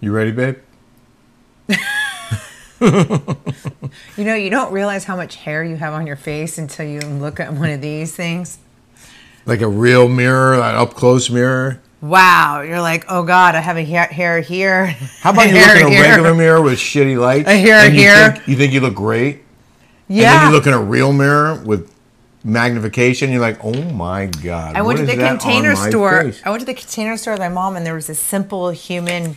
You ready, babe? You know, you don't realize how much hair you have on your face until you look at one of these things. Like a real mirror, an up close mirror. Wow, you're like, oh God, I have a hair, hair here. How about you look hair in a here." regular mirror with shitty lights? A hair and you here. Think, you think you look great? Yeah. And then you look in a real mirror with magnification, you're like, oh my God. I went what to the is that on container my store. Oh. face?" I went to the container store with my mom, and there was this simple human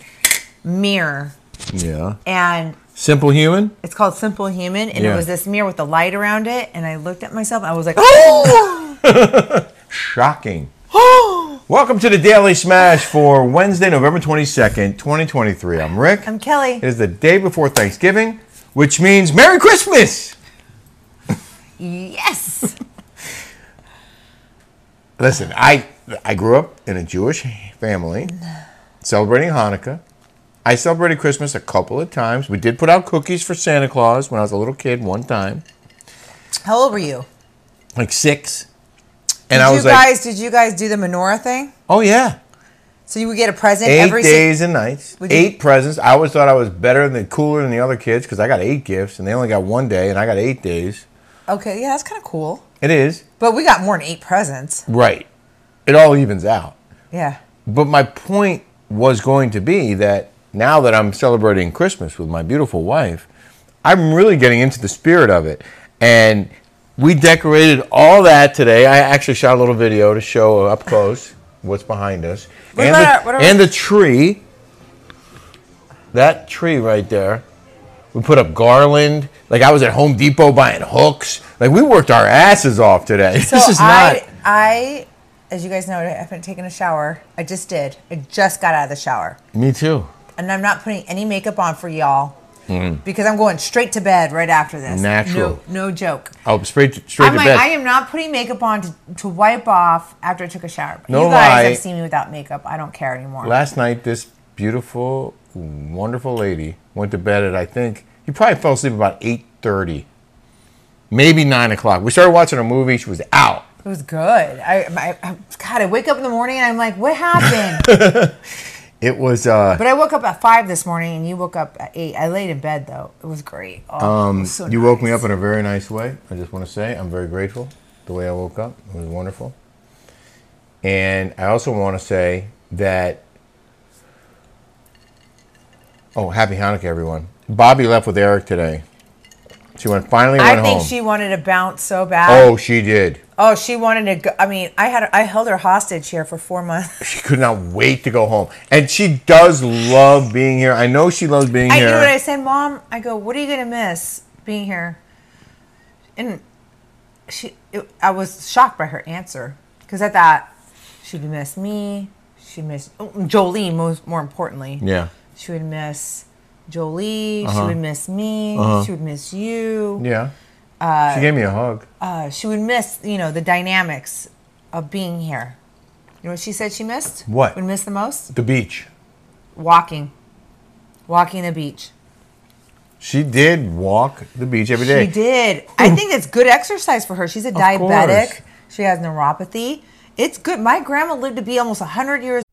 mirror, Yeah. and Simple human? it's called Simple Human, and Yeah. it was this mirror with a light around it. And I looked at myself, and I was like, oh, Shocking. Welcome to the Daily Smash for Wednesday, November 22nd, 2023. I'm Rick. I'm Kelly. It is the day before Thanksgiving, which means Merry Christmas! yes. Listen, I I grew up in a Jewish family celebrating Hanukkah. I celebrated Christmas a couple of times. We did put out cookies for Santa Claus when I was a little kid one time, How old were you? like six. And did I was you like, guys? Did you guys do the menorah thing? oh yeah, So you would get a present eight every si- days and nights, Would you- eight presents. I always thought I was better than cooler than the other kids because I got eight gifts and they only got one day and I got eight days. okay, yeah, that's kind of cool. It is But we got more than eight presents. right. It all evens out. Yeah. But my point was going to be that now that I'm celebrating Christmas with my beautiful wife, I'm really getting into the spirit of it. And we decorated all that today. I actually shot a little video to show up close what's behind us. What and, about the, our- what are- and the tree. That tree right there. We put up garland. Like I was at Home Depot buying hooks. Like we worked our asses off today. So this is I, not I, as you guys know, I haven't taken a shower. I just did. I just got out of the shower, me too. and I'm not putting any makeup on for y'all because I'm going straight to bed right after this. Hmm. Natural. No, no joke. Oh, straight to, straight I'm to like, bed. I am not putting makeup on to, to wipe off after I took a shower. But No you guys lie. have seen me without makeup. I don't care anymore. Last night, this beautiful, wonderful lady went to bed at I think you probably fell asleep about eight thirty, maybe nine o'clock. We started watching a movie. She was out. it was good. I, I, I, God, I wake up in the morning and I'm like, what happened? It was. Uh, but I woke up at five this morning, and you woke up at eight. I laid in bed though. It was great. Oh, um, so you woke me nice. up in a very nice way. I just want to say I'm very grateful the way I woke up. It was wonderful. And I also want to say that. Oh, happy Hanukkah, everyone! Bobby left with Eric today. She went finally went I think home. she wanted to bounce so bad. oh, she did. Oh, she wanted to go. I mean, I had I held her hostage here for four months. She could not wait to go home. And she does love being here. I know she loves being I here. knew what I said, Mom. I go, what are you gonna miss being here? And she, it, I was shocked by her answer because I thought she'd miss me. She missed oh, Jolie most more importantly. yeah. She would miss Jolie. Uh-huh. She would miss me. She would miss you. Yeah. she gave me a hug. Uh, she would miss, you know, the dynamics of being here. You know what she said she missed? What? Would miss the most? The beach. walking, walking the beach. She did walk the beach every day. She did. I think it's good exercise for her. She's a diabetic. course. She has neuropathy. It's good. My grandma lived to be almost 100 years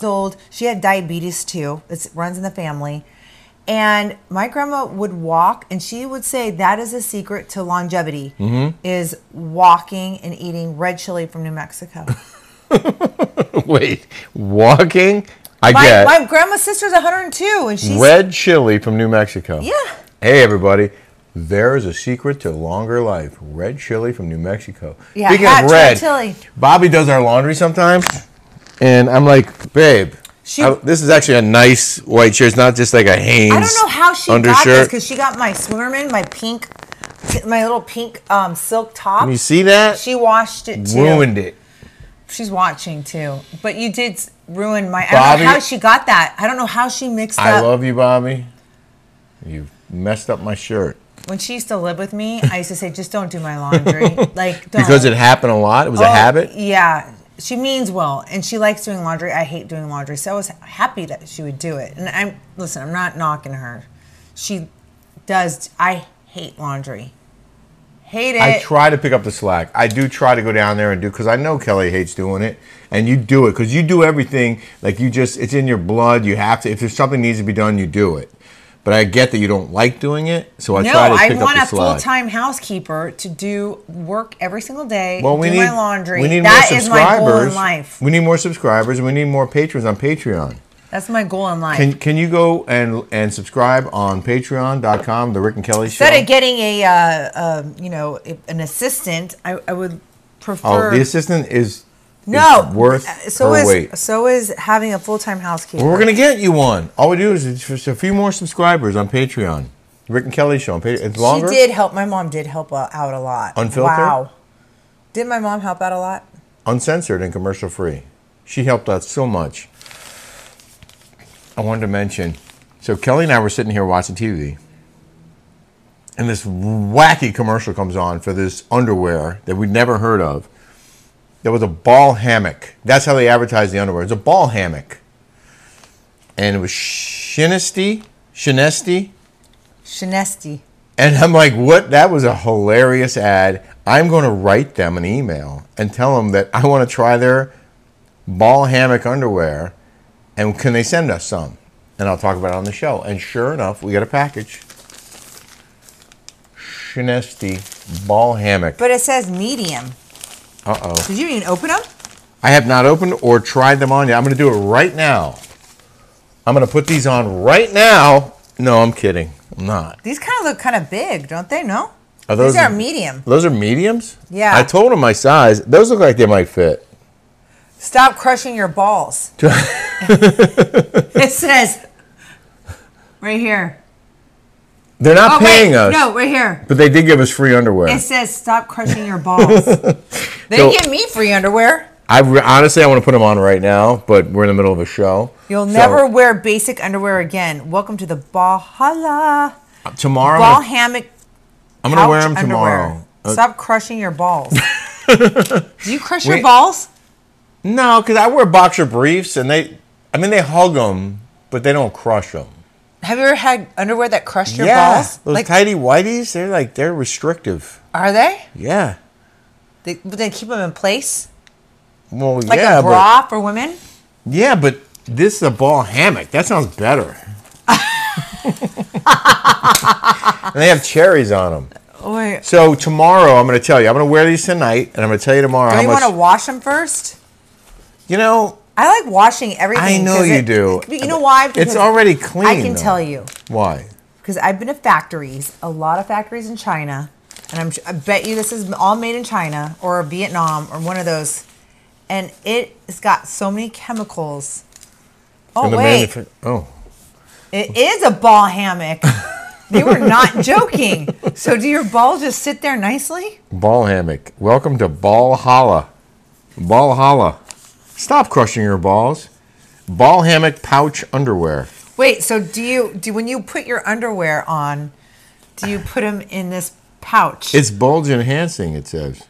old. She had diabetes too. It runs in the family. And my grandma would walk, and she would say that is a secret to longevity Mm-hmm. is walking and eating red chili from New Mexico. Wait, walking I My, get my grandma's sister's 102, and she's red chili from New Mexico. Yeah. Hey, everybody. There's a secret to longer life. Red chili from New Mexico. Yeah, Speaking hot of red, chili. Bobby does our laundry sometimes, and I'm like, babe, She- I- this is actually a nice white shirt. It's not just like a Hanes I don't know how she got this undershirt. because she got my swimmerman, my pink, my little pink um, silk top. you see that? She washed it too. Ruined it. She's watching too. But you did s- ruin my. I Bobby- don't know how she got that. I don't know how she mixed I up. love you, Bobby. You've messed up my shirt. when she used to live with me, I used to say, just don't do my laundry. like, don't. Because it happened a lot. It was a Oh, habit. Yeah. She means well, and she likes doing laundry. I hate doing laundry, so I was happy that she would do it. And I'm listen. I'm not knocking her. She does. I hate laundry. Hate it. I try to pick up the slack. I do try to go down there and do because I know Kelly hates doing it, and you do it because you do everything like you just it's in your blood. You have to if there's something needs to be done, you do it. But I get that you don't like doing it, so I no, try to pick I up want the a slack. full time housekeeper to do work every single day. Well, we do need my laundry. We need That more is my subscribers. goal in life. We need more subscribers. and We need more patrons on Patreon. That's my goal in life. Can can you go and and subscribe on Patreon.com, the Rick and Kelly Show? Instead of getting a, uh, um, you know, a- an assistant, I, I would prefer. oh, the assistant is no, is worth uh, so her is weight. so is having a full time housekeeper. Well, we're gonna get you one. All we do is it's just a few more subscribers on Patreon. Rick and Kelly show on Patreon. It's longer. She did help. My mom did help out out a lot. Unfiltered? Wow. Did my mom help out a lot? uncensored and commercial free. She helped out so much. I wanted to mention so Kelly and I were sitting here watching TV, and this wacky commercial comes on for this underwear that we'd never heard of. There was a ball hammock. That's how they advertise the underwear. It's a ball hammock. And it was Shinesty, Shinesty, Shanesti. and I'm like, what? That was a hilarious ad. I'm going to write them an email and tell them that I want to try their ball hammock underwear. And can they send us some? And I'll talk about it on the show. And sure enough, we got a package. Shinesty ball hammock. But it says medium. Uh oh. Did you even open them? I have not opened or tried them on yet. I'm going to do it right now. I'm going to put these on right now. No, I'm kidding. I'm not. These kind of look kind of big, don't they? No. Are those- These are medium. Those are mediums? Yeah. I told him my size. Those look like they might fit. Stop crushing your balls. it says right here. They're not Oh paying wait, us. no, right here. But they did give us free underwear. It says stop crushing your balls. they So- give me free underwear. I re- honestly, I want to put them on right now, but we're in the middle of a show. You'll So, never wear basic underwear again. Welcome to the Bahala uh, tomorrow. ball I'm gonna- hammock. I'm going to wear couch them underwear. tomorrow. Uh, Stop crushing your balls. Do you crush your Wait. balls? no, because I wear boxer briefs, and they, I mean, they hug them, but they don't crush them. Have you ever had underwear that crushed your yeah, balls? those like, tidy whities, they're like they're restrictive. are they? Yeah. They, but they keep them in place, Well, like yeah, a bra for women. but yeah, but this is a ball hammock. That sounds better. and they have cherries on them. Wait, So tomorrow, I'm going to tell you. I'm going to wear these tonight, and I'm going to tell you tomorrow do how you much. want to wash them first? you know, I like washing everything. I know 'cause you it- do. You know why? it's already clean. I can though. tell you why. because I've been to factories, a lot of factories in China, and I'm, I bet you this is all made in China or Vietnam or one of those, and it's got so many chemicals. Oh And the wait, manufa- oh, it is a ball hammock. you were not joking. So do your balls just sit there nicely? ball hammock. Welcome to Ball Holla. Ball Holla. Stop crushing your balls. Ball hammock pouch underwear. Wait, so do you do when you put your underwear on, do you put them in this pouch? It's bulge enhancing. It says.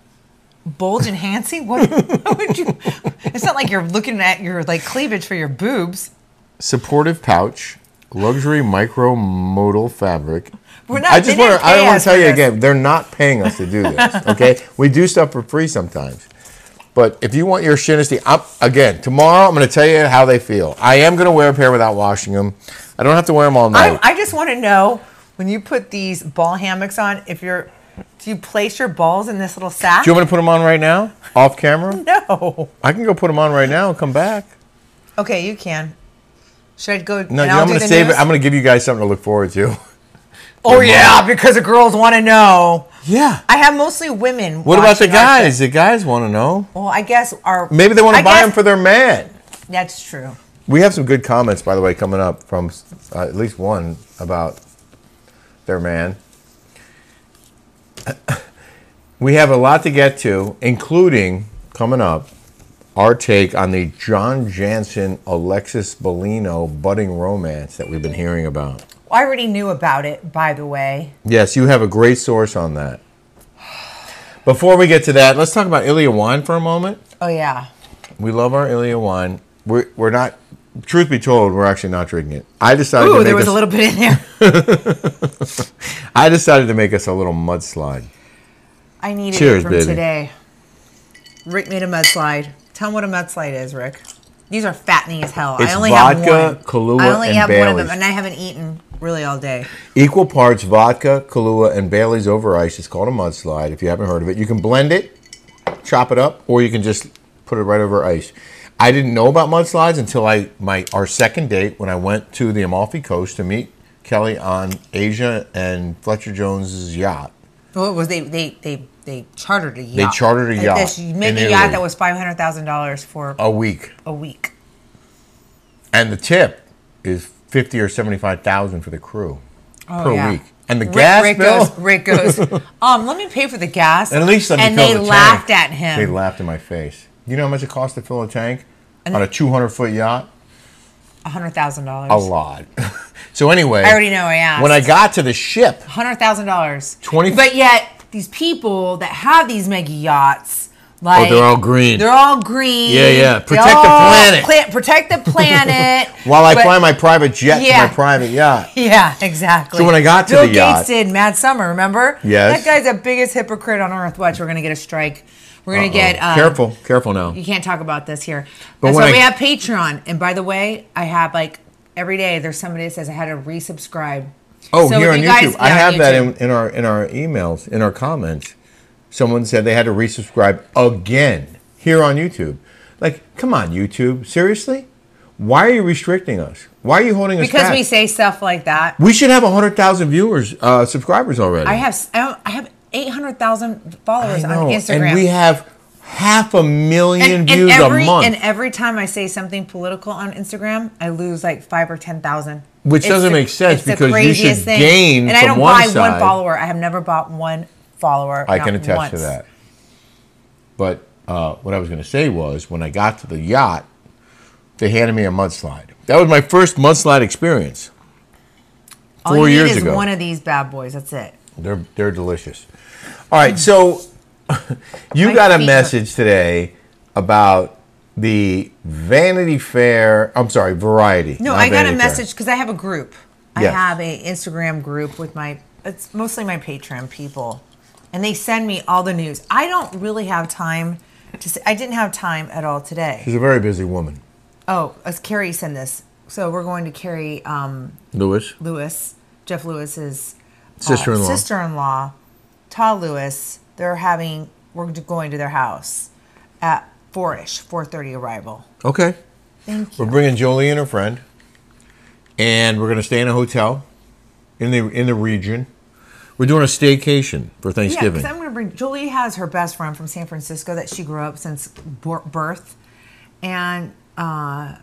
bulge enhancing? What, what would you? It's not like you're looking at your like cleavage for your boobs. supportive pouch, luxury micromodal fabric. We're not- I just they want didn't to. I pay don't want us to tell for you this. again. They're not paying us to do this. Okay, we do stuff for free sometimes. But if you want your shinesty, I'm, again tomorrow I'm going to tell you how they feel. I am going to wear a pair without washing them. I don't have to wear them all night. I, I just want to know when you put these ball hammocks on, if you're, do you place your balls in this little sack? do you want me to put them on right now, off camera? no. I can go put them on right now and come back. Okay, you can. Should I go? No, and you know, I'll I'm do going to the save news? it. I'm going to give you guys something to look forward to. oh yeah, because the girls want to know. Yeah. I have mostly women. What about the watching our guys? The guys want to know. show. Well, I guess our Maybe they want I to buy guess- them for their man. That's true. We have some good comments, by the way, coming up from uh, at least one about their man. we have a lot to get to, including coming up our take on the John Jansen Alexis Bellino budding romance that we've been hearing about. I already knew about it, by the way. Yes, you have a great source on that. Before we get to that, let's talk about Ilya Wine for a moment. Oh yeah. We love our Ilya wine. We're, we're not, truth be told, we're actually not drinking it. I decided, to Ooh, make there was us, a little bit in there. I decided to make us a little mudslide. I needed Cheers, it from baby. today. Rick made a mudslide. Tell him what a mudslide is, Rick. These are fattening as hell. It's I only vodka, have one. Kahlua, I only and have one of Baileys. them, and I haven't eaten really all day. Equal parts vodka, Kahlua, and Bailey's over ice. It's called a mudslide if you haven't heard of it. You can blend it, chop it up, or you can just put it right over ice. I didn't know about mudslides until I my our second date when I went to the Amalfi Coast to meet Kelly on Asia and Fletcher Jones's yacht. Well, it was they they they they chartered a yacht. chartered a Like yacht This, you make in a Italy. Oh. yacht that was five hundred thousand dollars for A week. a week. And the tip is fifty or seventy five thousand for the crew per Oh, yeah. week. And the Rick, gas Rick bill. goes. Rick goes. um, let me pay for the gas. And at least let me and fill they the laughed tank. at him. They laughed in my face. You know how much it costs to fill a tank on a two hundred foot yacht? hundred thousand dollars. A lot. so anyway, I already know I asked. When I got to the ship, hundred thousand dollars. 20 But yet these people that have these mega yachts, like Oh, they're all green. They're all green. Yeah, yeah. They Protect the all planet. pla- protect the planet. while I But- fly my private jet Yeah. to my private yacht, Yeah, exactly. So when I got to Bill the yacht- Gates did Mad Summer, remember? Yes. That guy's the biggest hypocrite on earth. Watch, we're gonna get a strike. We're gonna get um, careful, careful now. You can't talk about this here. That's when why I- we have Patreon. And by the way, I have like every day there's somebody that says I had to resubscribe. Oh, So here if on YouTube, you guys- I yeah, on have that in, YouTube. in our in our emails, in our comments. Someone said they had to resubscribe again here on YouTube. Like, come on, YouTube, seriously? Why are you restricting us? Why are you holding us Because back? we say stuff like that. we should have hundred thousand viewers, uh, subscribers already. I have s- I don't- I have eight hundred thousand followers I know, on Instagram. and we have half a million And- and views every, a month, And every time I say something political on Instagram, I lose like five or ten thousand. Which doesn't make sense it's the because you craziest should gain And I from don't one buy side. one follower. I have never bought one follower. I not can attest to once. that. But uh, what I was going to say was, when I got to the yacht, they handed me a mudslide. That was my first mudslide experience. All Four you years need is ago. One of these bad boys. That's it. They're they're delicious. All right, so you My got a feet are- message today about the Vanity Fair. I'm sorry, Variety. No, not I got a Vanity Fair. message because I have a group. Yes. I have a Instagram group with my. It's mostly my Patreon people, and they send me all the news. I don't really have time to. Say, I didn't have time at all today. She's a very busy woman, Oh, as Carrie sent this. So we're going to Carrie um, Lewis, Lewis, Jeff Lewis's uh, sister-in-law. sister-in-law, Todd Lewis. They're having. We're going to their house at four-ish, four thirty arrival. Okay, Thank we're you. bringing Jolie and her friend, and we're going to stay in a hotel in the in the region. We're doing a staycation for Yeah, Thanksgiving. because I'm going to bring. Julie has her best friend from San Francisco that she grew up since bor- birth, and uh,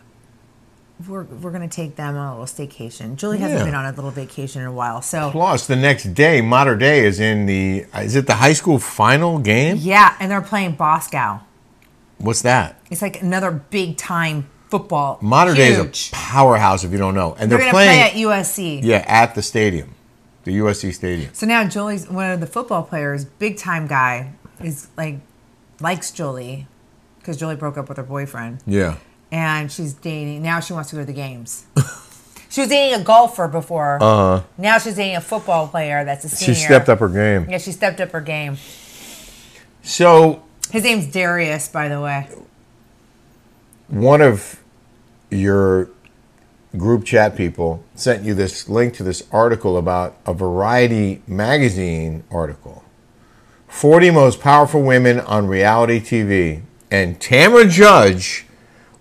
we're we're going to take them on a little staycation. Julie Yeah. hasn't been on a little vacation in a while, so Plus, the next day, Mater Day is in the is it the high school final game? yeah. And they're playing Boscow. What's that? It's like another big time football. Mater Day is Huge. a powerhouse if you don't know, and They're they're, going playing to play at USC. yeah at the stadium, the USC stadium. So now Julie's one of the football players, big time guy, is like likes Julie because Julie broke up with her boyfriend. Yeah, and she's dating now she wants to go to the games she was dating a golfer before uh-huh. now she's dating a football player that's a she senior stepped up her game. yeah she stepped up her game So his name's darius by the way one of your group chat people sent you this link to this article about a Variety magazine article. 40 most powerful women on reality TV. And Tamra Judge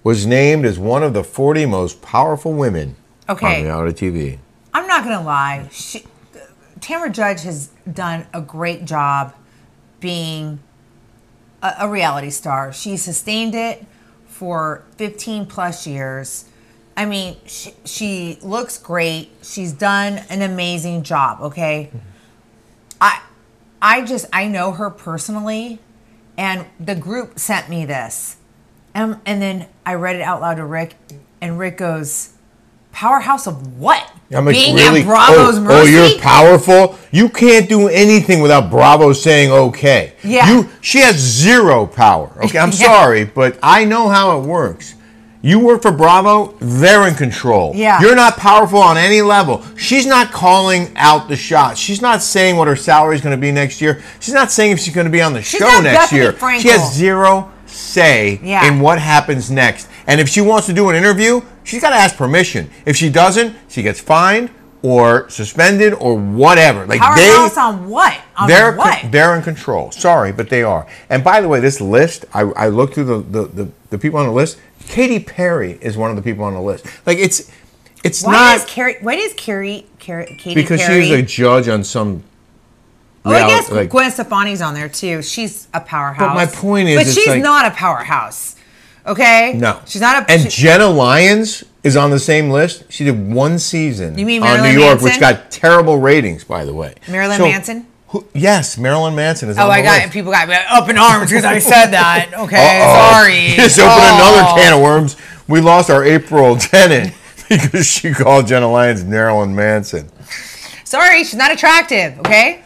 was named as one of the 40 most powerful women Okay. on reality TV. I'm not gonna lie. She, Tamra Judge has done a great job being a, a reality star. She sustained it for 15 plus years. I mean, she, she looks great. She's done an amazing job. Okay, I, I just I know her personally, and the group sent me this, and and then I read it out loud to Rick, and Rick goes. Powerhouse of what? I'm like, Being really? at Bravo's oh, mercy. Oh, you're powerful. You can't do anything without Bravo saying okay. Yeah. You, she has zero power. Okay, I'm Yeah. sorry, but I know how it works. You work for Bravo, they're in control. Yeah. You're not powerful on any level. She's not calling out the shots. She's not saying what her salary is going to be next year. She's not saying if she's going to be on the show not next Bethany year. She Frankel. has zero say Yeah. in what happens next. And if she wants to do an interview, she's got to ask permission. If she doesn't, she gets fined or suspended or whatever. Like Powerhouse they, on what? On they're con- what? they're in control. Sorry, but they are. And by the way, this list, I, I looked through the, the, the, the people on the list. Katy Perry is one of the people on the list. Like it's it's why not is Carrie? Why does Carrie? Carrie Katie because Perry? she was a judge on some. oh, I reality- guess like- Gwen Stefani's on there too. She's a powerhouse. But my point is, but it's she's like- not a powerhouse. Okay. No, she's not a. And she- Jenna Lyons is on the same list. She did one season. You mean on Marilyn New York, Manson? which got terrible ratings, by the way. Marilyn Manson? Who, yes, Marilyn Manson is. oh, on I the got list. people got up in arms because I said that. Okay, Uh-oh. sorry. Oh. Just opened another can of worms. We lost our April tenant because she called Jenna Lyons Marilyn Manson. Sorry, she's not attractive. Okay.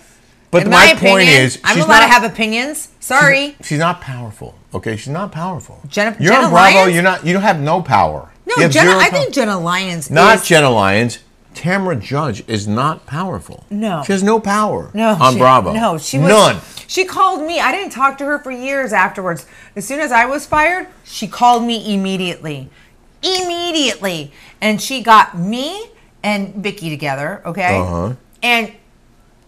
But In my, opinion, point is, I'm she's allowed not, to have opinions. Sorry. She's not powerful. Okay, she's not powerful. Jennifer- you're Jenna on Bravo. Lyons? You're not. You don't have no power. You No, have Jenna. zero I power. think Jenna Lyons. Not is, Jenna Lyons. Tamra Judge is not powerful. No. She has no power No, on she- Bravo. No, she was None. She called me. I didn't talk to her for years afterwards. As soon as I was fired, she called me immediately, immediately, and she got me and Vicky together. Okay, uh-huh. and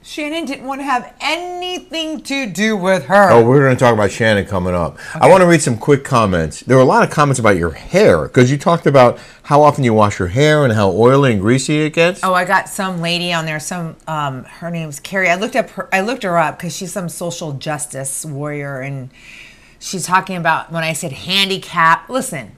Shannon didn't want to have anything to do with her. Oh, we're going to talk about Shannon coming up. I want to read some quick comments. There were a lot of comments about your hair because you talked about how often you wash your hair and how oily and greasy it gets. Oh, I got some lady on there. Some um, her name's Carrie. I looked up her. I looked her up because she's some social justice warrior, and she's talking about when I said handicap. Listen,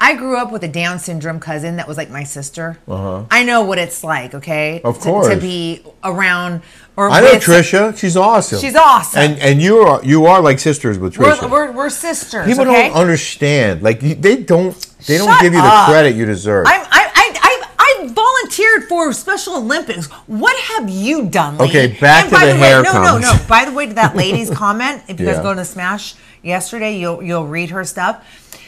I grew up with a Down syndrome cousin that was like my sister. Uh-huh. I know what it's like. Okay, Of to- to, course. be around. Or I know with- Trisha. She's awesome. She's awesome. And and you are you are like sisters with Trisha. We're, we're, we're sisters. People okay? don't understand. Like you- they don't they don't Shut give you the up. credit you deserve. I'm, I, I, I, I volunteered for Special Olympics. What have you done? Lady? Okay, back and to by the way, hair No, no, no. comments. By the way, to that lady's comment, if you Yeah. guys go to Smash yesterday, you'll you'll read her stuff.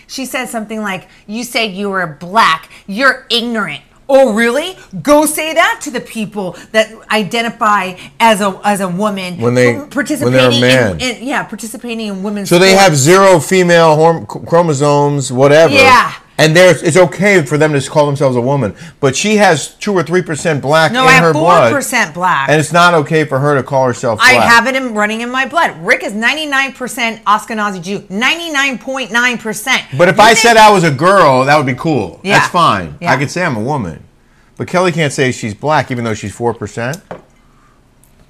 She said something like, "You said you were black. You're ignorant." Oh, really? Go say that to the people that identify as a as a woman When they- when who- they're a participating man. In, in yeah participating in women's So they sports. have zero female horm- chromosomes, whatever. Yeah. And there's it's okay for them to call themselves a woman, but she has two or three percent black No, in I have her blood. 4% black. and it's not okay for her to call herself. I black. have it in, running in my blood. Rick is 99% Ashkenazi Jew, 99.9%. But if You I think- said I was a girl, that would be cool. Yeah. That's fine. Yeah. I could say I'm a woman, but Kelly can't say she's black even though she's four percent.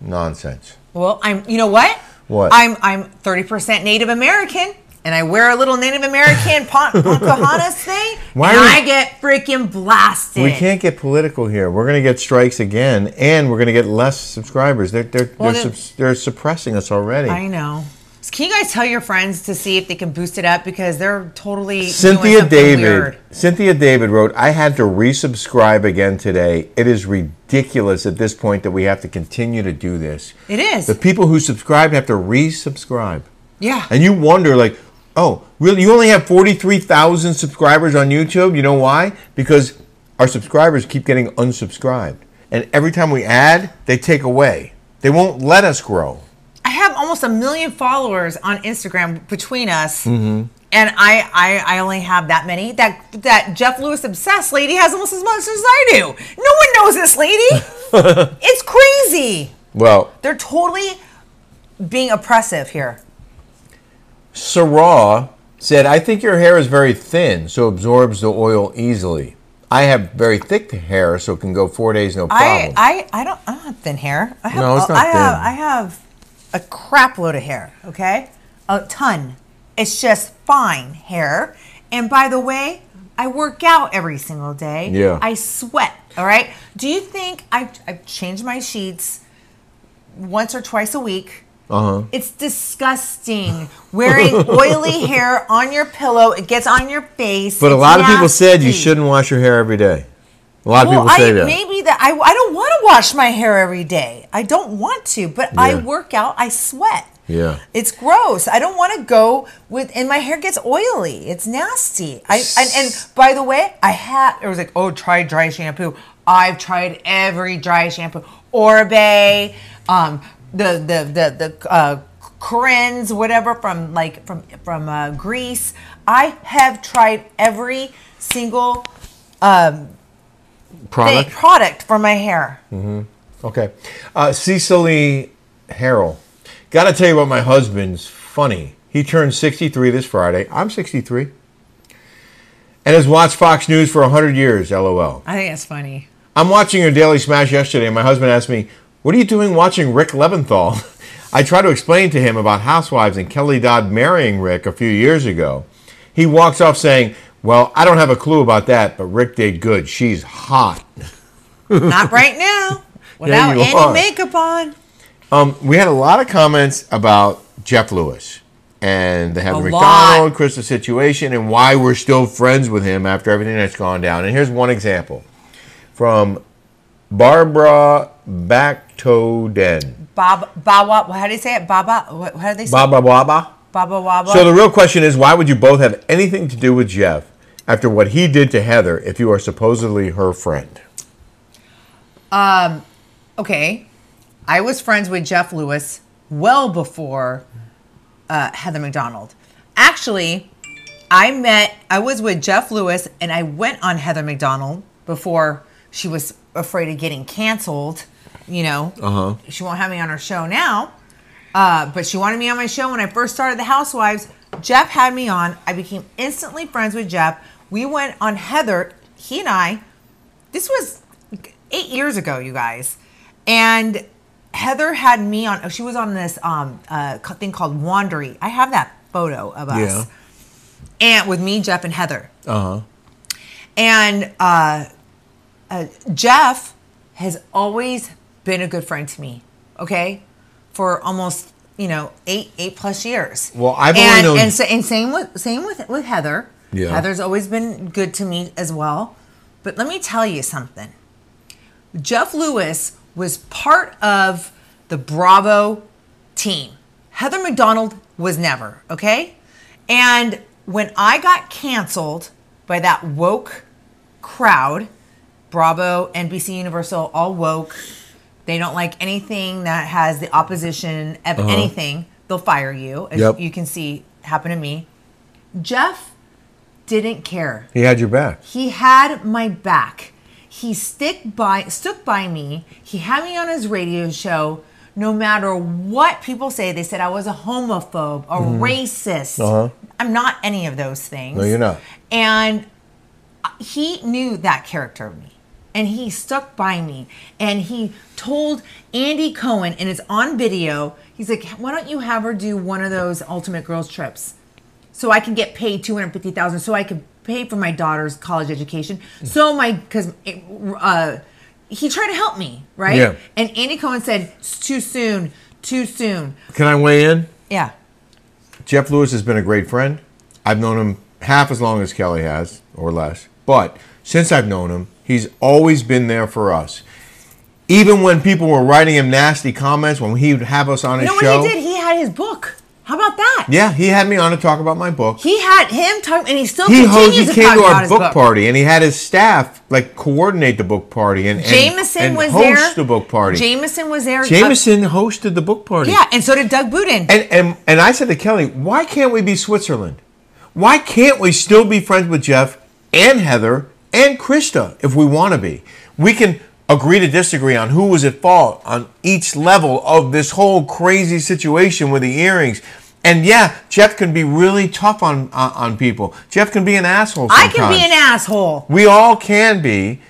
Nonsense. well, I'm, you know what? What? I'm, I'm 30% Native American, and I wear a little Native American Pon- Pocahontas thing, Why and are we- I get freaking blasted. We can't get political here. We're going to get strikes again, and we're going to get less subscribers. They're they're Well, they're, then- subs they're suppressing us already. I know. So Can you guys tell your friends to see if they can boost it up because they're totally doing Cynthia something David. weird. Cynthia David wrote, "I had to resubscribe again today. It is ridiculous at this point that we have to continue to do this. It is. The people who subscribed have to resubscribe, yeah. and you wonder like." Oh, really? You only have 43,000 subscribers on YouTube? You know why? Because our subscribers keep getting unsubscribed. And every time we add, they take away. They won't let us grow. I have almost a million followers on Instagram between us, and I, I I only have that many. That that Jeff Lewis obsessed lady has almost as much as I do. No one knows this lady. it's crazy. Well, They're totally being oppressive here. Sarah said, I think your hair is very thin, so absorbs the oil easily. I have very thick hair, so it can go four days, no I, problem. I, I don't I don't have thin hair. I have, No, it's not I have thin. I have a crap load of hair. Okay, a ton. It's just fine hair. And by the way, I work out every single day. Yeah. I sweat. All right. Do you think I I change my sheets once or twice a week? Uh-huh. Uh huh. It's disgusting wearing oily hair on your pillow. It gets on your face. but a It's lot of people said you nasty. shouldn't wash your hair every day. A lot Well, of people say I, that. Maybe that I, I don't want to wash my hair every day. I don't want to, but I Yeah. work out. I sweat. Yeah. It's gross. I don't want to go with, and my hair gets oily. It's nasty. I and, and by the way, I had it was like, oh, try dry shampoo. I've tried every dry shampoo, Orbe, um, the the the the uh, Corinne's, whatever from like from from uh, Greece. I have tried every single Product? thing, product for my hair. Okay. Uh, Cecily Harrell. Got to tell you about my husband's funny. He turned 63 this Friday. I'm 63. And has watched Fox News for 100 years, lol. I think that's funny. I'm watching your Daily Smash yesterday, and my husband asked me, What are you doing watching Rick Leventhal? I tried to explain to him about Housewives and Kelly Dodd marrying Rick a few years ago. He walks off saying, Well, I don't have a clue about that, but Rick did good. She's hot. Not right now. Without you any are. makeup on. Um, We had a lot of comments about Jeff Lewis and the Heather A McDonald, lot. Krista situation, and why we're still friends with him after everything that's gone down. And here's one example from Barbara Backtoden. Bob, Bawa, how do you say it? Baba, what, how do they say it? Baba Baba. Baba Waba. So the real question is, why would you both have anything to do with Jeff after what he did to Heather if you are supposedly her friend? okay. I was friends with Jeff Lewis well before uh, Heather McDonald. Actually, I met, I was with Jeff Lewis and I went on Heather McDonald before she was afraid of getting canceled. You know, uh-huh. she won't have me on her show now, uh, but she wanted me on my show when I first started The Housewives. Jeff had me on. I became instantly friends with Jeff. We went on Heather, he and I. This was eight years ago, you guys. And Heather had me on, oh, she was on this um, uh, co- thing called Wandery. I have that photo of us Yeah. and with me, Jeff, and Heather. Uh-huh. And uh, uh, Jeff has always been a good friend to me. Okay, for almost you know eight eight plus years. Well, I've only and, known- and, sa- and same with same with with Heather. Yeah. Heather's always been good to me as well. But let me tell you something. Jeff Lewis was part of the Bravo team. Heather McDonald was never, okay? And when I got canceled by that woke crowd, Bravo, NBC Universal, all woke, they don't like anything that has the opposition of anything, they'll fire you, as Uh-huh. Yep. you can see happen to me. Jeff didn't care He had your back. he had my back. He stick by stuck by me. He had me on his radio show. No matter what people say, they said I was a homophobe, a racist. I'm not any of those things. Mm-hmm. Uh-huh. No, you're not. And he knew that character of me. And he stuck by me. And he told Andy Cohen, and it's on video, he's like, why don't you have her do one of those Ultimate Girls trips? so I can get paid two hundred fifty thousand, so I can pay for my daughter's college education. So my because uh, he tried to help me, right? Yeah. And Andy Cohen said, "It's too soon, too soon." Can I weigh in? Yeah. Jeff Lewis has been a great friend. I've known him half as long as Kelly has, or less. But since I've known him, he's always been there for us. Even when people were writing him nasty comments, when he would have us on You his know what show. he did? He had his book. How about that? Yeah, he had me on to talk about my book. He had him talking, and he still He, ho- continues he to came talk to about our his book, party and he had his staff like coordinate the book party and, and, Jameson and was host there. the book party. Jameson was there. Uh, Jameson hosted the book party. yeah, and so did Doug Budin. And, and and I said to Kelly, why can't we be Switzerland? Why can't we still be friends with Jeff and Heather and Krista if we want to be? We can agree to disagree on who was at fault on each level of this whole crazy situation with the earrings. And yeah, Jeff can be really tough on on on people. Jeff can be an asshole. I can be sometimes. an asshole. We all can be,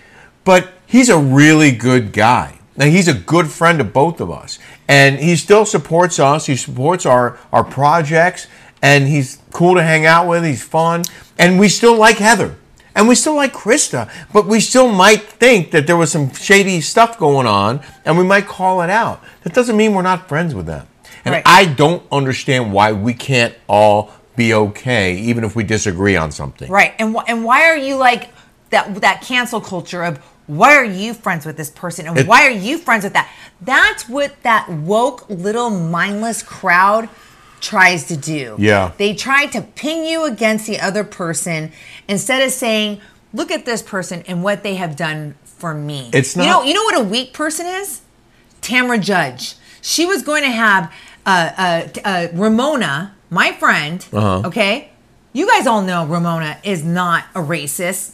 but he's a really good guy. Now he's a good friend of both of us, and he still supports us. He supports our our projects, and he's cool to hang out with. He's fun, and we still like Heather, and we still like Krista, but we still might think that there was some shady stuff going on, and we might call it out. That doesn't mean we're not friends with them. And Right. I don't understand why we can't all be okay, even if we disagree on something. Right. And wh- and why are you like that that cancel culture of why are you friends with this person and It- why are you friends with that? That's what that woke little mindless crowd tries to do. Yeah. They try to pin you against the other person instead of saying, "Look at this person and what they have done for me." It's You not- know, you know what a weak person is? Tamra Judge. She was going to have uh, uh, t- uh, Ramona, my friend. Uh-huh. Okay, you guys all know Ramona is not a racist.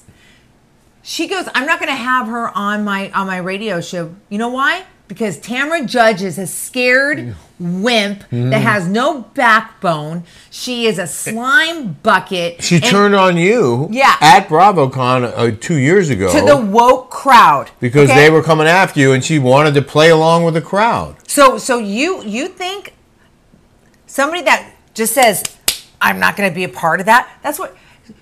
She goes, I'm not going to have her on my on my radio show. You know why? Because Tamra Judge is a scared wimp Mm-hmm. that has no backbone. She is a slime bucket. She And turned on you Yeah. at BravoCon uh, two years ago to the woke crowd because okay? they were coming after you and she wanted to play along with the crowd. So so you you think somebody that just says I'm not going to be a part of that? That's what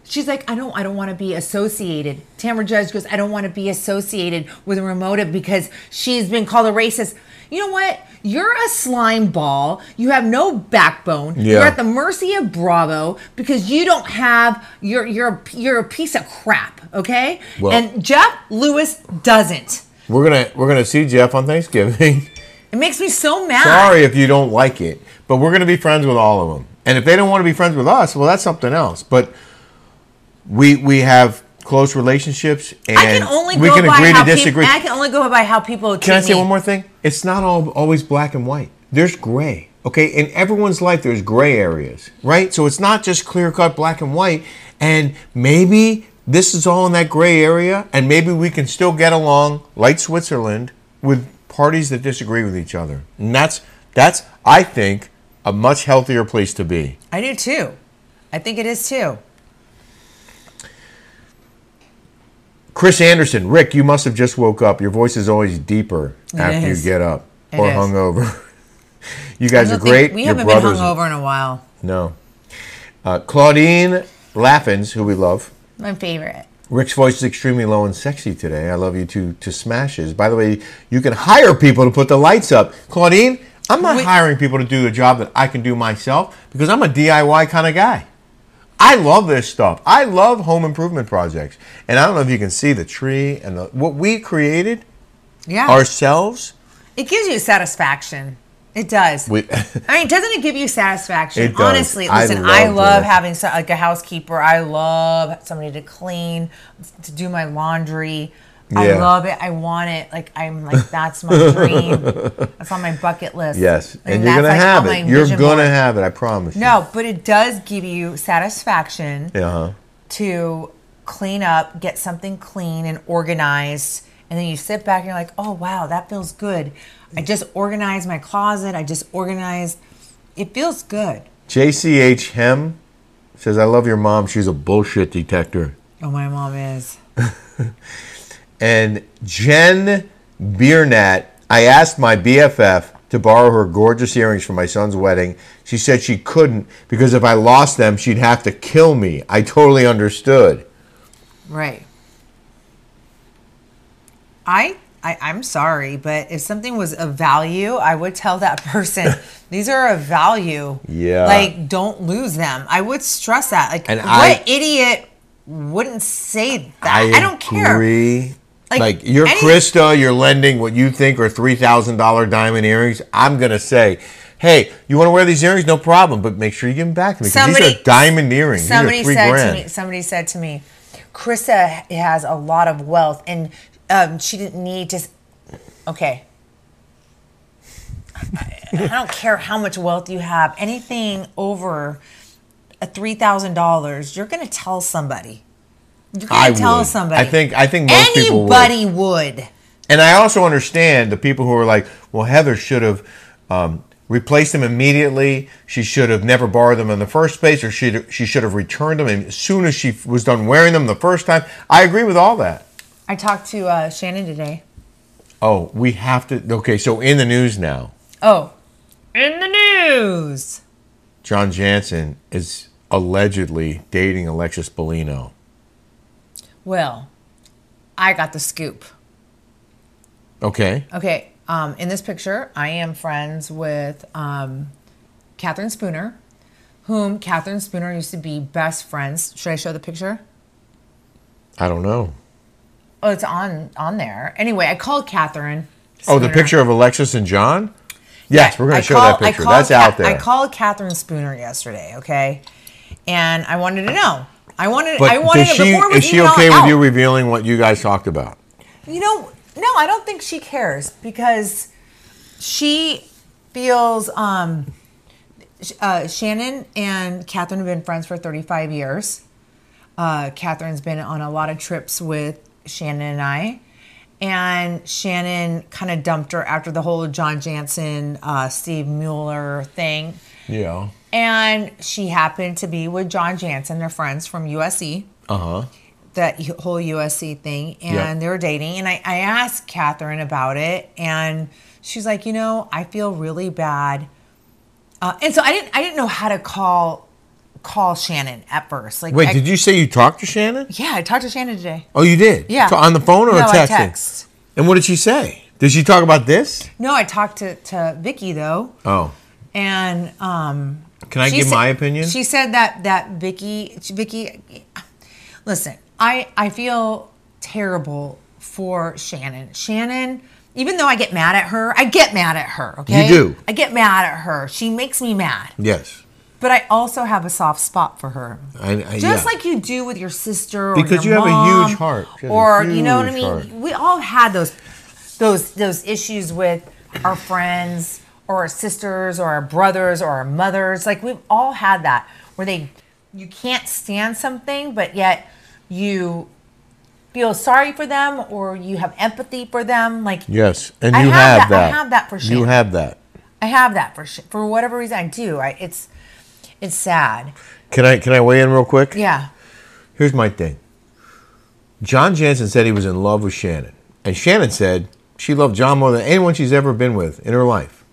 she's like. I don't I don't want to be associated. Tamra Judge goes. I don't want to be associated with Ramona because she's been called a racist. You know what? You're a slime ball. You have no backbone. You're Yeah. at the mercy of Bravo because you don't have you're you're a, you're a piece of crap. Okay. Well- and Jeff Lewis doesn't. We're gonna we're gonna see Jeff on Thanksgiving. It makes me so mad. Sorry if you don't like it, but we're gonna be friends with all of them. And if they don't want to be friends with us, well, that's something else. But we we have close relationships, and I can only we go can by agree how to disagree. People, I can only go by how people. Can I treat say me. one more thing? It's not all always black and white. There's gray. Okay, in everyone's life, there's gray areas, right? So it's not just clear cut black and white. And maybe this is all in that gray area, and maybe we can still get along, like Switzerland, with parties that disagree with each other. And that's that's I think a much healthier place to be. I do too. I think it is too. Chris Anderson, Rick, you must have just woke up. Your voice is always deeper after is. you get up It or is. hungover. you I guys are don't great. think- We Your haven't been brothers- hungover in a while. No. Uh, Claudine Laffins, who we love. My favorite. Rick's voice is extremely low and sexy today. I love you to to smashes. By the way, you can hire people to put the lights up. Claudine, I'm not hiring people to do a job that I can do myself because I'm a DIY kind of guy. I love this stuff. I love home improvement projects. And I don't know if you can see the tree and the, what we created Yeah. ourselves. it gives you satisfaction. It does. We- I mean, doesn't it give you satisfaction? It does. Honestly, I listen, I love love it. having so, like a housekeeper. I love somebody to clean, to do my laundry. I Yeah. love it. I want it. Like I'm like that's my dream. that's on my bucket list. Yes, I mean, and you're that's, gonna like, have on my it. You're vision gonna board. have it. I promise. No, but it does give you satisfaction Yeah. huh to clean up, get something clean and organized. And then you sit back and you're like, oh, wow, that feels good. I just organized my closet. I just organized. It feels good. JCH Hem says, I love your mom. She's a bullshit detector. Oh, my mom is. And Jen Biernat, I asked my BFF to borrow her gorgeous earrings for my son's wedding. She said she couldn't because if I lost them, she'd have to kill me. I totally understood. Right. I, I I'm sorry, but if something was of value, I would tell that person these are of value. Yeah. Like don't lose them. I would stress that. Like And what I- idiot wouldn't say that? I, don't care. agree. Like, Like, you're any- Krista, you're lending what you think are three thousand dollar diamond earrings. I'm gonna say, hey, you want to wear these earrings? No problem, but make sure you give them back to me. 'cause these are diamond earrings. These are Somebody three said grand. to me. Somebody said to me, Krista has a lot of wealth, and um, she didn't need to. s- Okay. I don't care how much wealth you have. Anything over a three thousand dollars, you're going to tell somebody. You're I going to tell would. somebody. I think- I think most people would. anybody would. And I also understand the people who are like, well, Heather should have um, replace them immediately. She should have never borrowed them in the first place, or she she should have returned them as soon as she was done wearing them the first time. I agree with all that. I talked to uh, Shannon today. Oh, we have to. Okay, so in the news now, Oh, in the news. John Jansen is allegedly dating Alexis Bellino. Well, I got the scoop. Okay. Okay, um, in this picture, I am friends with um, Catherine Spooner, whom Catherine Spooner used to be best friends. Should I show the picture? I don't know. Oh, it's on on there. Anyway, I called Catherine. Oh, the Spooner. picture of Alexis and John? Yes, we're going I to show called- that I picture. called That's Ca- out there. I called Catherine Spooner yesterday. Okay, and I wanted to know. I wanted. but I wanted. does she, before it was is she even okay out- with you revealing what you guys talked about? You know, no, I don't think she cares because she feels um, sh- uh, Shannon and Catherine have been friends for 35 years. Uh, Catherine's been on a lot of trips with Shannon and I. And Shannon kind of dumped her after the whole John Jansen, uh, Steve Mueller thing. Yeah. And she happened to be with John Jansen, their friends from USC Uh huh. that u- whole USC thing and Yeah. they were dating. And I, I asked Catherine about it and she's like, you know, I feel really bad. Uh, and so I didn't I didn't know how to call call Shannon at first. Like Wait, I- did you say you talked to Shannon? Yeah, I talked to Shannon today. Oh, you did? Yeah. So on the phone or No, I texting? text. And what did she say? Did she talk about this? No, I talked to, to Vicky though. Oh. And um Can I She give sa- my opinion? She said that that Vicky, Vicky, listen, I I feel terrible for Shannon. Shannon, even though I get mad at her, I get mad at her. Okay, do. I get mad at her. She makes me mad, yes. but I also have a soft spot for her, I, I, just yeah. like you do with your sister. Or Because your you have a mom, huge heart. She has a or you know what I huge mean. heart. We all had those those those issues with our friends or our sisters or our brothers or our mothers. Like we've all had that where they you can't stand something, but yet you feel sorry for them or you have empathy for them. Like Yes. And I you have have, that- I that. have that for You Shannon. have that. I have that for sh- for whatever reason I do. I it's it's sad. Can I can I weigh in real quick? Yeah. Here's my thing. John Jansen said he was in love with Shannon. And Shannon said she loved John more than anyone she's ever been with in her life.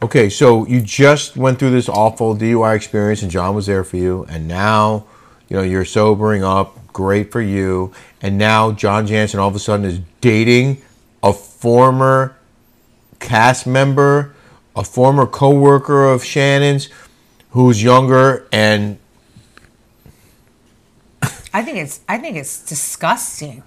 Okay, so you just went through this awful DUI experience and John was there for you. And now, you know, you're sobering up. Great for you. And now John Jansen all of a sudden is dating a former cast member, a former coworker of Shannon's who's younger and I think it's I think it's disgusting.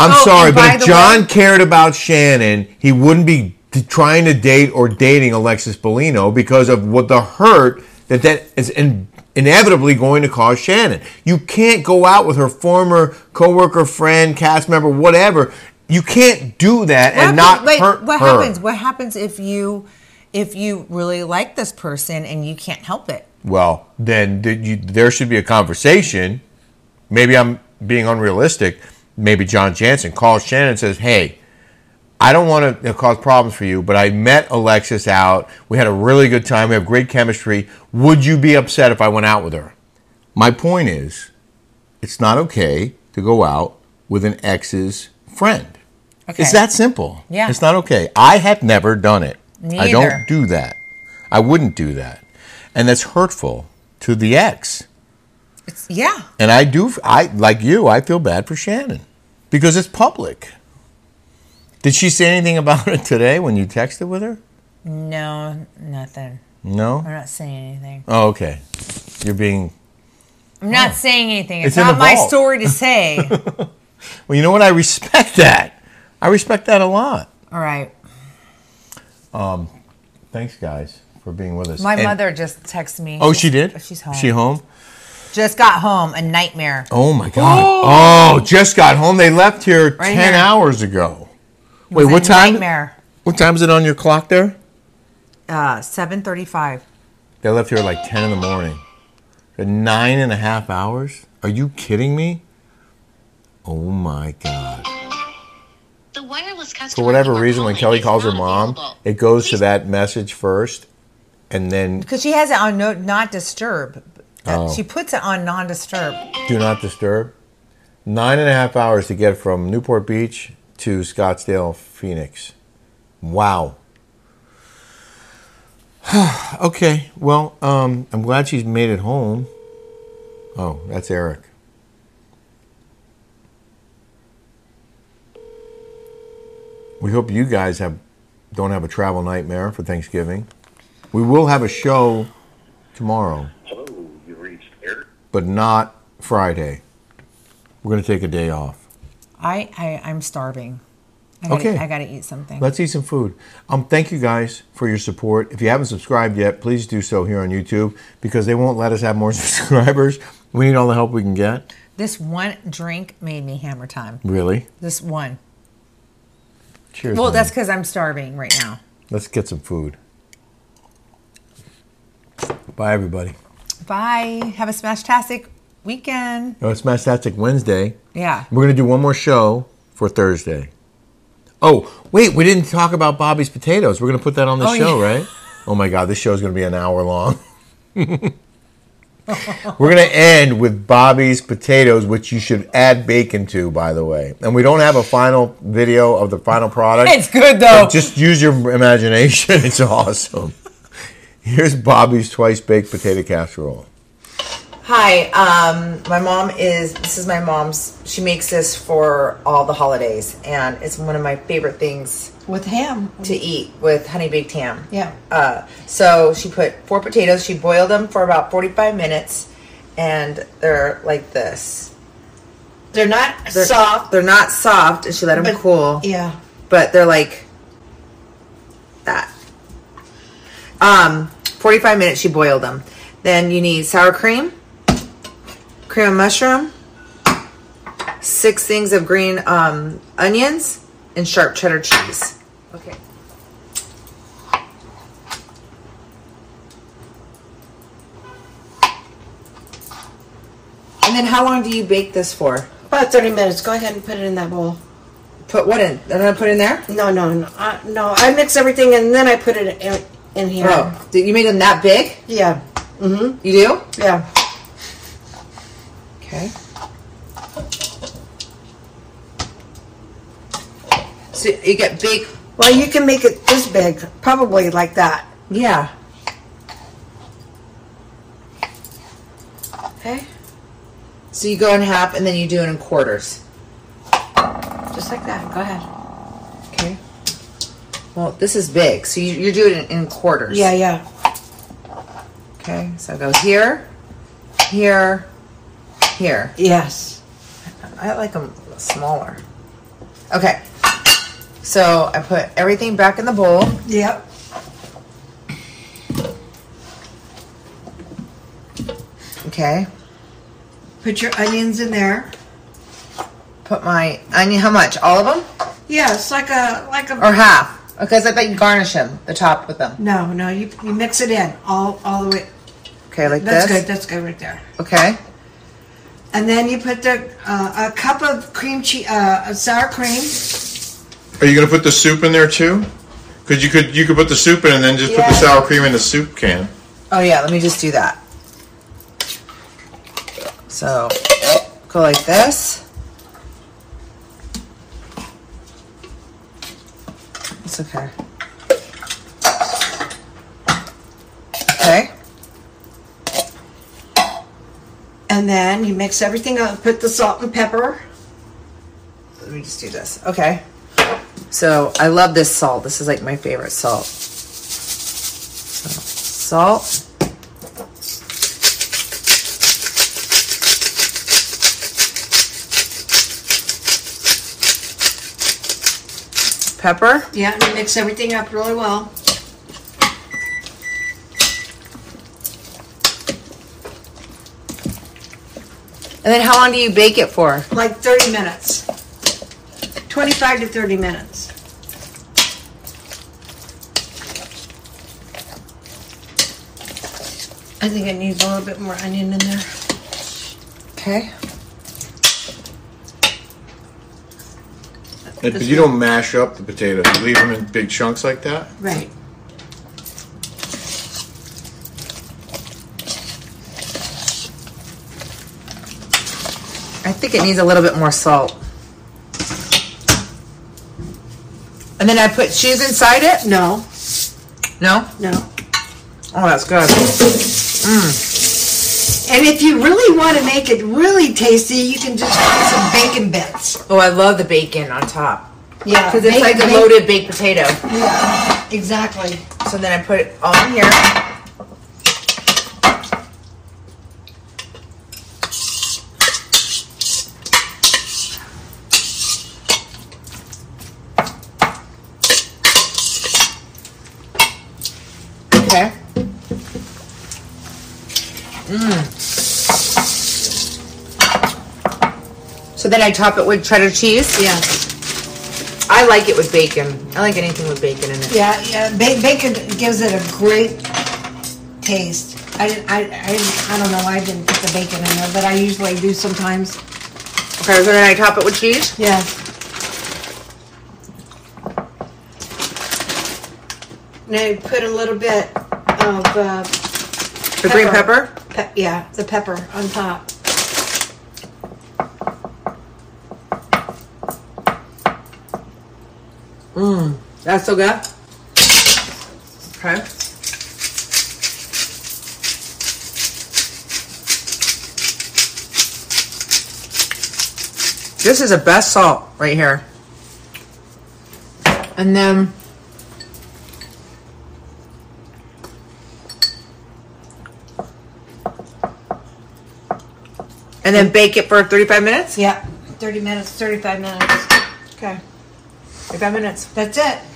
I'm Oh, sorry, and by but if the John way- cared about Shannon, he wouldn't be t- trying to date or dating Alexis Bellino because of what the hurt that that is in, inevitably going to cause Shannon. You can't go out with her former coworker, friend, cast member, whatever. You can't do that and not happens- wait, hurt what her. happens what happens if you if you really like this person and you can't help it Well, then th- you, there should be a conversation. Maybe I'm being unrealistic. Maybe John Jansen calls Shannon and says, "Hey, I don't want to cause problems for you, but I met Alexis out. We had a really good time. We have great chemistry. Would you be upset if I went out with her?" My point is, it's not okay to go out with an ex's friend. It's that simple. Yeah. It's not okay. I have never done it. Me I either. don't do that. I wouldn't do that. And that's hurtful to the ex. it's yeah And I do I like you, I feel bad for Shannon because it's public. Did she say anything about it today when you texted with her? no nothing i'm No. not saying anything Oh, okay. You're being i'm not saying anything it's, Oh. It's in not the my vault. story to say Well, you know what? I respect that. I respect that a lot. all right Thanks guys for being with us. my And- mother just texted me Oh, she did? she's home She home? just got home a nightmare Oh my God! Oh, just got home. They left here Right ten here. hours ago. Wait, It's what a time? nightmare What time is it on your clock there? uh 735 They left here at like ten in the morning. For Nine and a half hours? Are you kidding me? Oh my God! The wireless customer For whatever you are reason, when calling Kelly is calls her not mom, available. it goes to Please- that message first, and then Because she has it on no, not disturb. Uh, Oh. She puts it on non disturb. do not disturb. Nine and a half hours to get from Newport Beach to Scottsdale, Phoenix. Wow. okay. Well, um, I'm glad she's made it home. Oh, that's Eric. We hope you guys have don't have a travel nightmare for Thanksgiving. We will have a show tomorrow Hello, you reached Eric. but not Friday. We're going to take a day off. I, I, I'm starving. I gotta, Okay. I gotta eat something. Let's eat some food. Um, thank you guys for your support. If you haven't subscribed yet, please do so here on YouTube because they won't let us have more subscribers. We need all the help we can get. this one drink made me hammer time. Really? This one. Cheers. Well, honey. that's because I'm starving right now. Let's get some food. Bye, everybody. Bye. Have a smashtastic weekend. Oh, it's Mastastic Wednesday. Yeah. We're going to do one more show for Thursday. Oh, wait, we didn't talk about Bobby's potatoes. We're going to put that on the Oh, show, yeah. right? Oh my God, this show is going to be an hour long. We're going to end with Bobby's potatoes, which you should add bacon to, by the way. And we don't have a final video of the final product. It's good though. But just use your imagination. It's awesome. Here's Bobby's twice baked potato casserole. Hi, um, my mom is. This is my mom's. She makes this for all the holidays, and it's one of my favorite things with ham. to eat with honey baked ham. Yeah. Uh, so she put four potatoes. She boiled them for about forty-five minutes, and they're like this. They're not They're, soft. They're not soft, and she let them But- cool. yeah. but they're like that. Um, 45 minutes you boil them. Then you need sour cream, cream of mushroom, six things of green um, onions, and sharp cheddar cheese. Okay. And then how long do you bake this for? About 30 minutes. Go ahead and put it in that bowl. Put what in? I'm gonna put it in there. No, no, no. I, no, I mix everything and then I put it in, in here. Oh, did you made them that big? Yeah. You do? Yeah. Okay. So you get big. Well, you can make it this big, probably like that. Yeah. Okay. So you go in half and then you do it in quarters. Just like that. Go ahead. Okay. Well, this is big, so you, you're doing it in quarters. Yeah, yeah. Okay. So go here, here, here. Yes. I like them smaller. Okay. So I put everything back in the bowl. Yep. Okay. Put your onions in there. Put my onion. How much? All of them? Yes, like a like a. or half because I thought you garnish them the top with them. no, no. You you mix it in all all the way. Okay, like That's this. good. That's good right there. Okay, And then you put the uh, a cup of cream cheese, uh, of sour cream. Are you gonna put the soup in there too? Cause you could you could put the soup in and then just put the Yeah. sour cream in the soup can. Oh yeah, let me just do that. So go like this. It's okay. Okay. And then you mix everything up, put the salt and pepper. Let me just do this. Okay. So I love this salt. This is like my favorite salt. So, salt. Pepper. Yeah, and you mix everything up really well. And then how long do you bake it for? Like 30 minutes. 25 to 30 minutes. I think it needs a little bit more onion in there. Okay. And- But you don't mash up the potato. You leave them in big chunks like that. Right. I think it needs a little bit more salt. And then I put cheese inside it? No, No? no. Oh, that's good. And if you really want to make it really tasty, you can just put some bacon bits. Oh, I love the bacon on top. Yeah, Because it's make- like a make- loaded baked potato. Yeah, exactly. So then I put it all in here. Okay. Mmm. Mm. So then I top it with cheddar cheese. Yeah, I like it with bacon. I like anything with bacon in it. yeah, yeah. Ba- bacon gives it a great taste. I, didn't- I, I, didn't- I don't know why I didn't put the bacon in there, but I usually do sometimes. Okay, so then I top it with cheese. Yeah. Now you put a little bit of uh, The green pepper. Pe- yeah, the pepper on top. That's so good. Okay. This is the best salt right here. And then And then bake it for 35 minutes? Yeah, 30 minutes, 35 minutes. Okay. 35 minutes. That's it.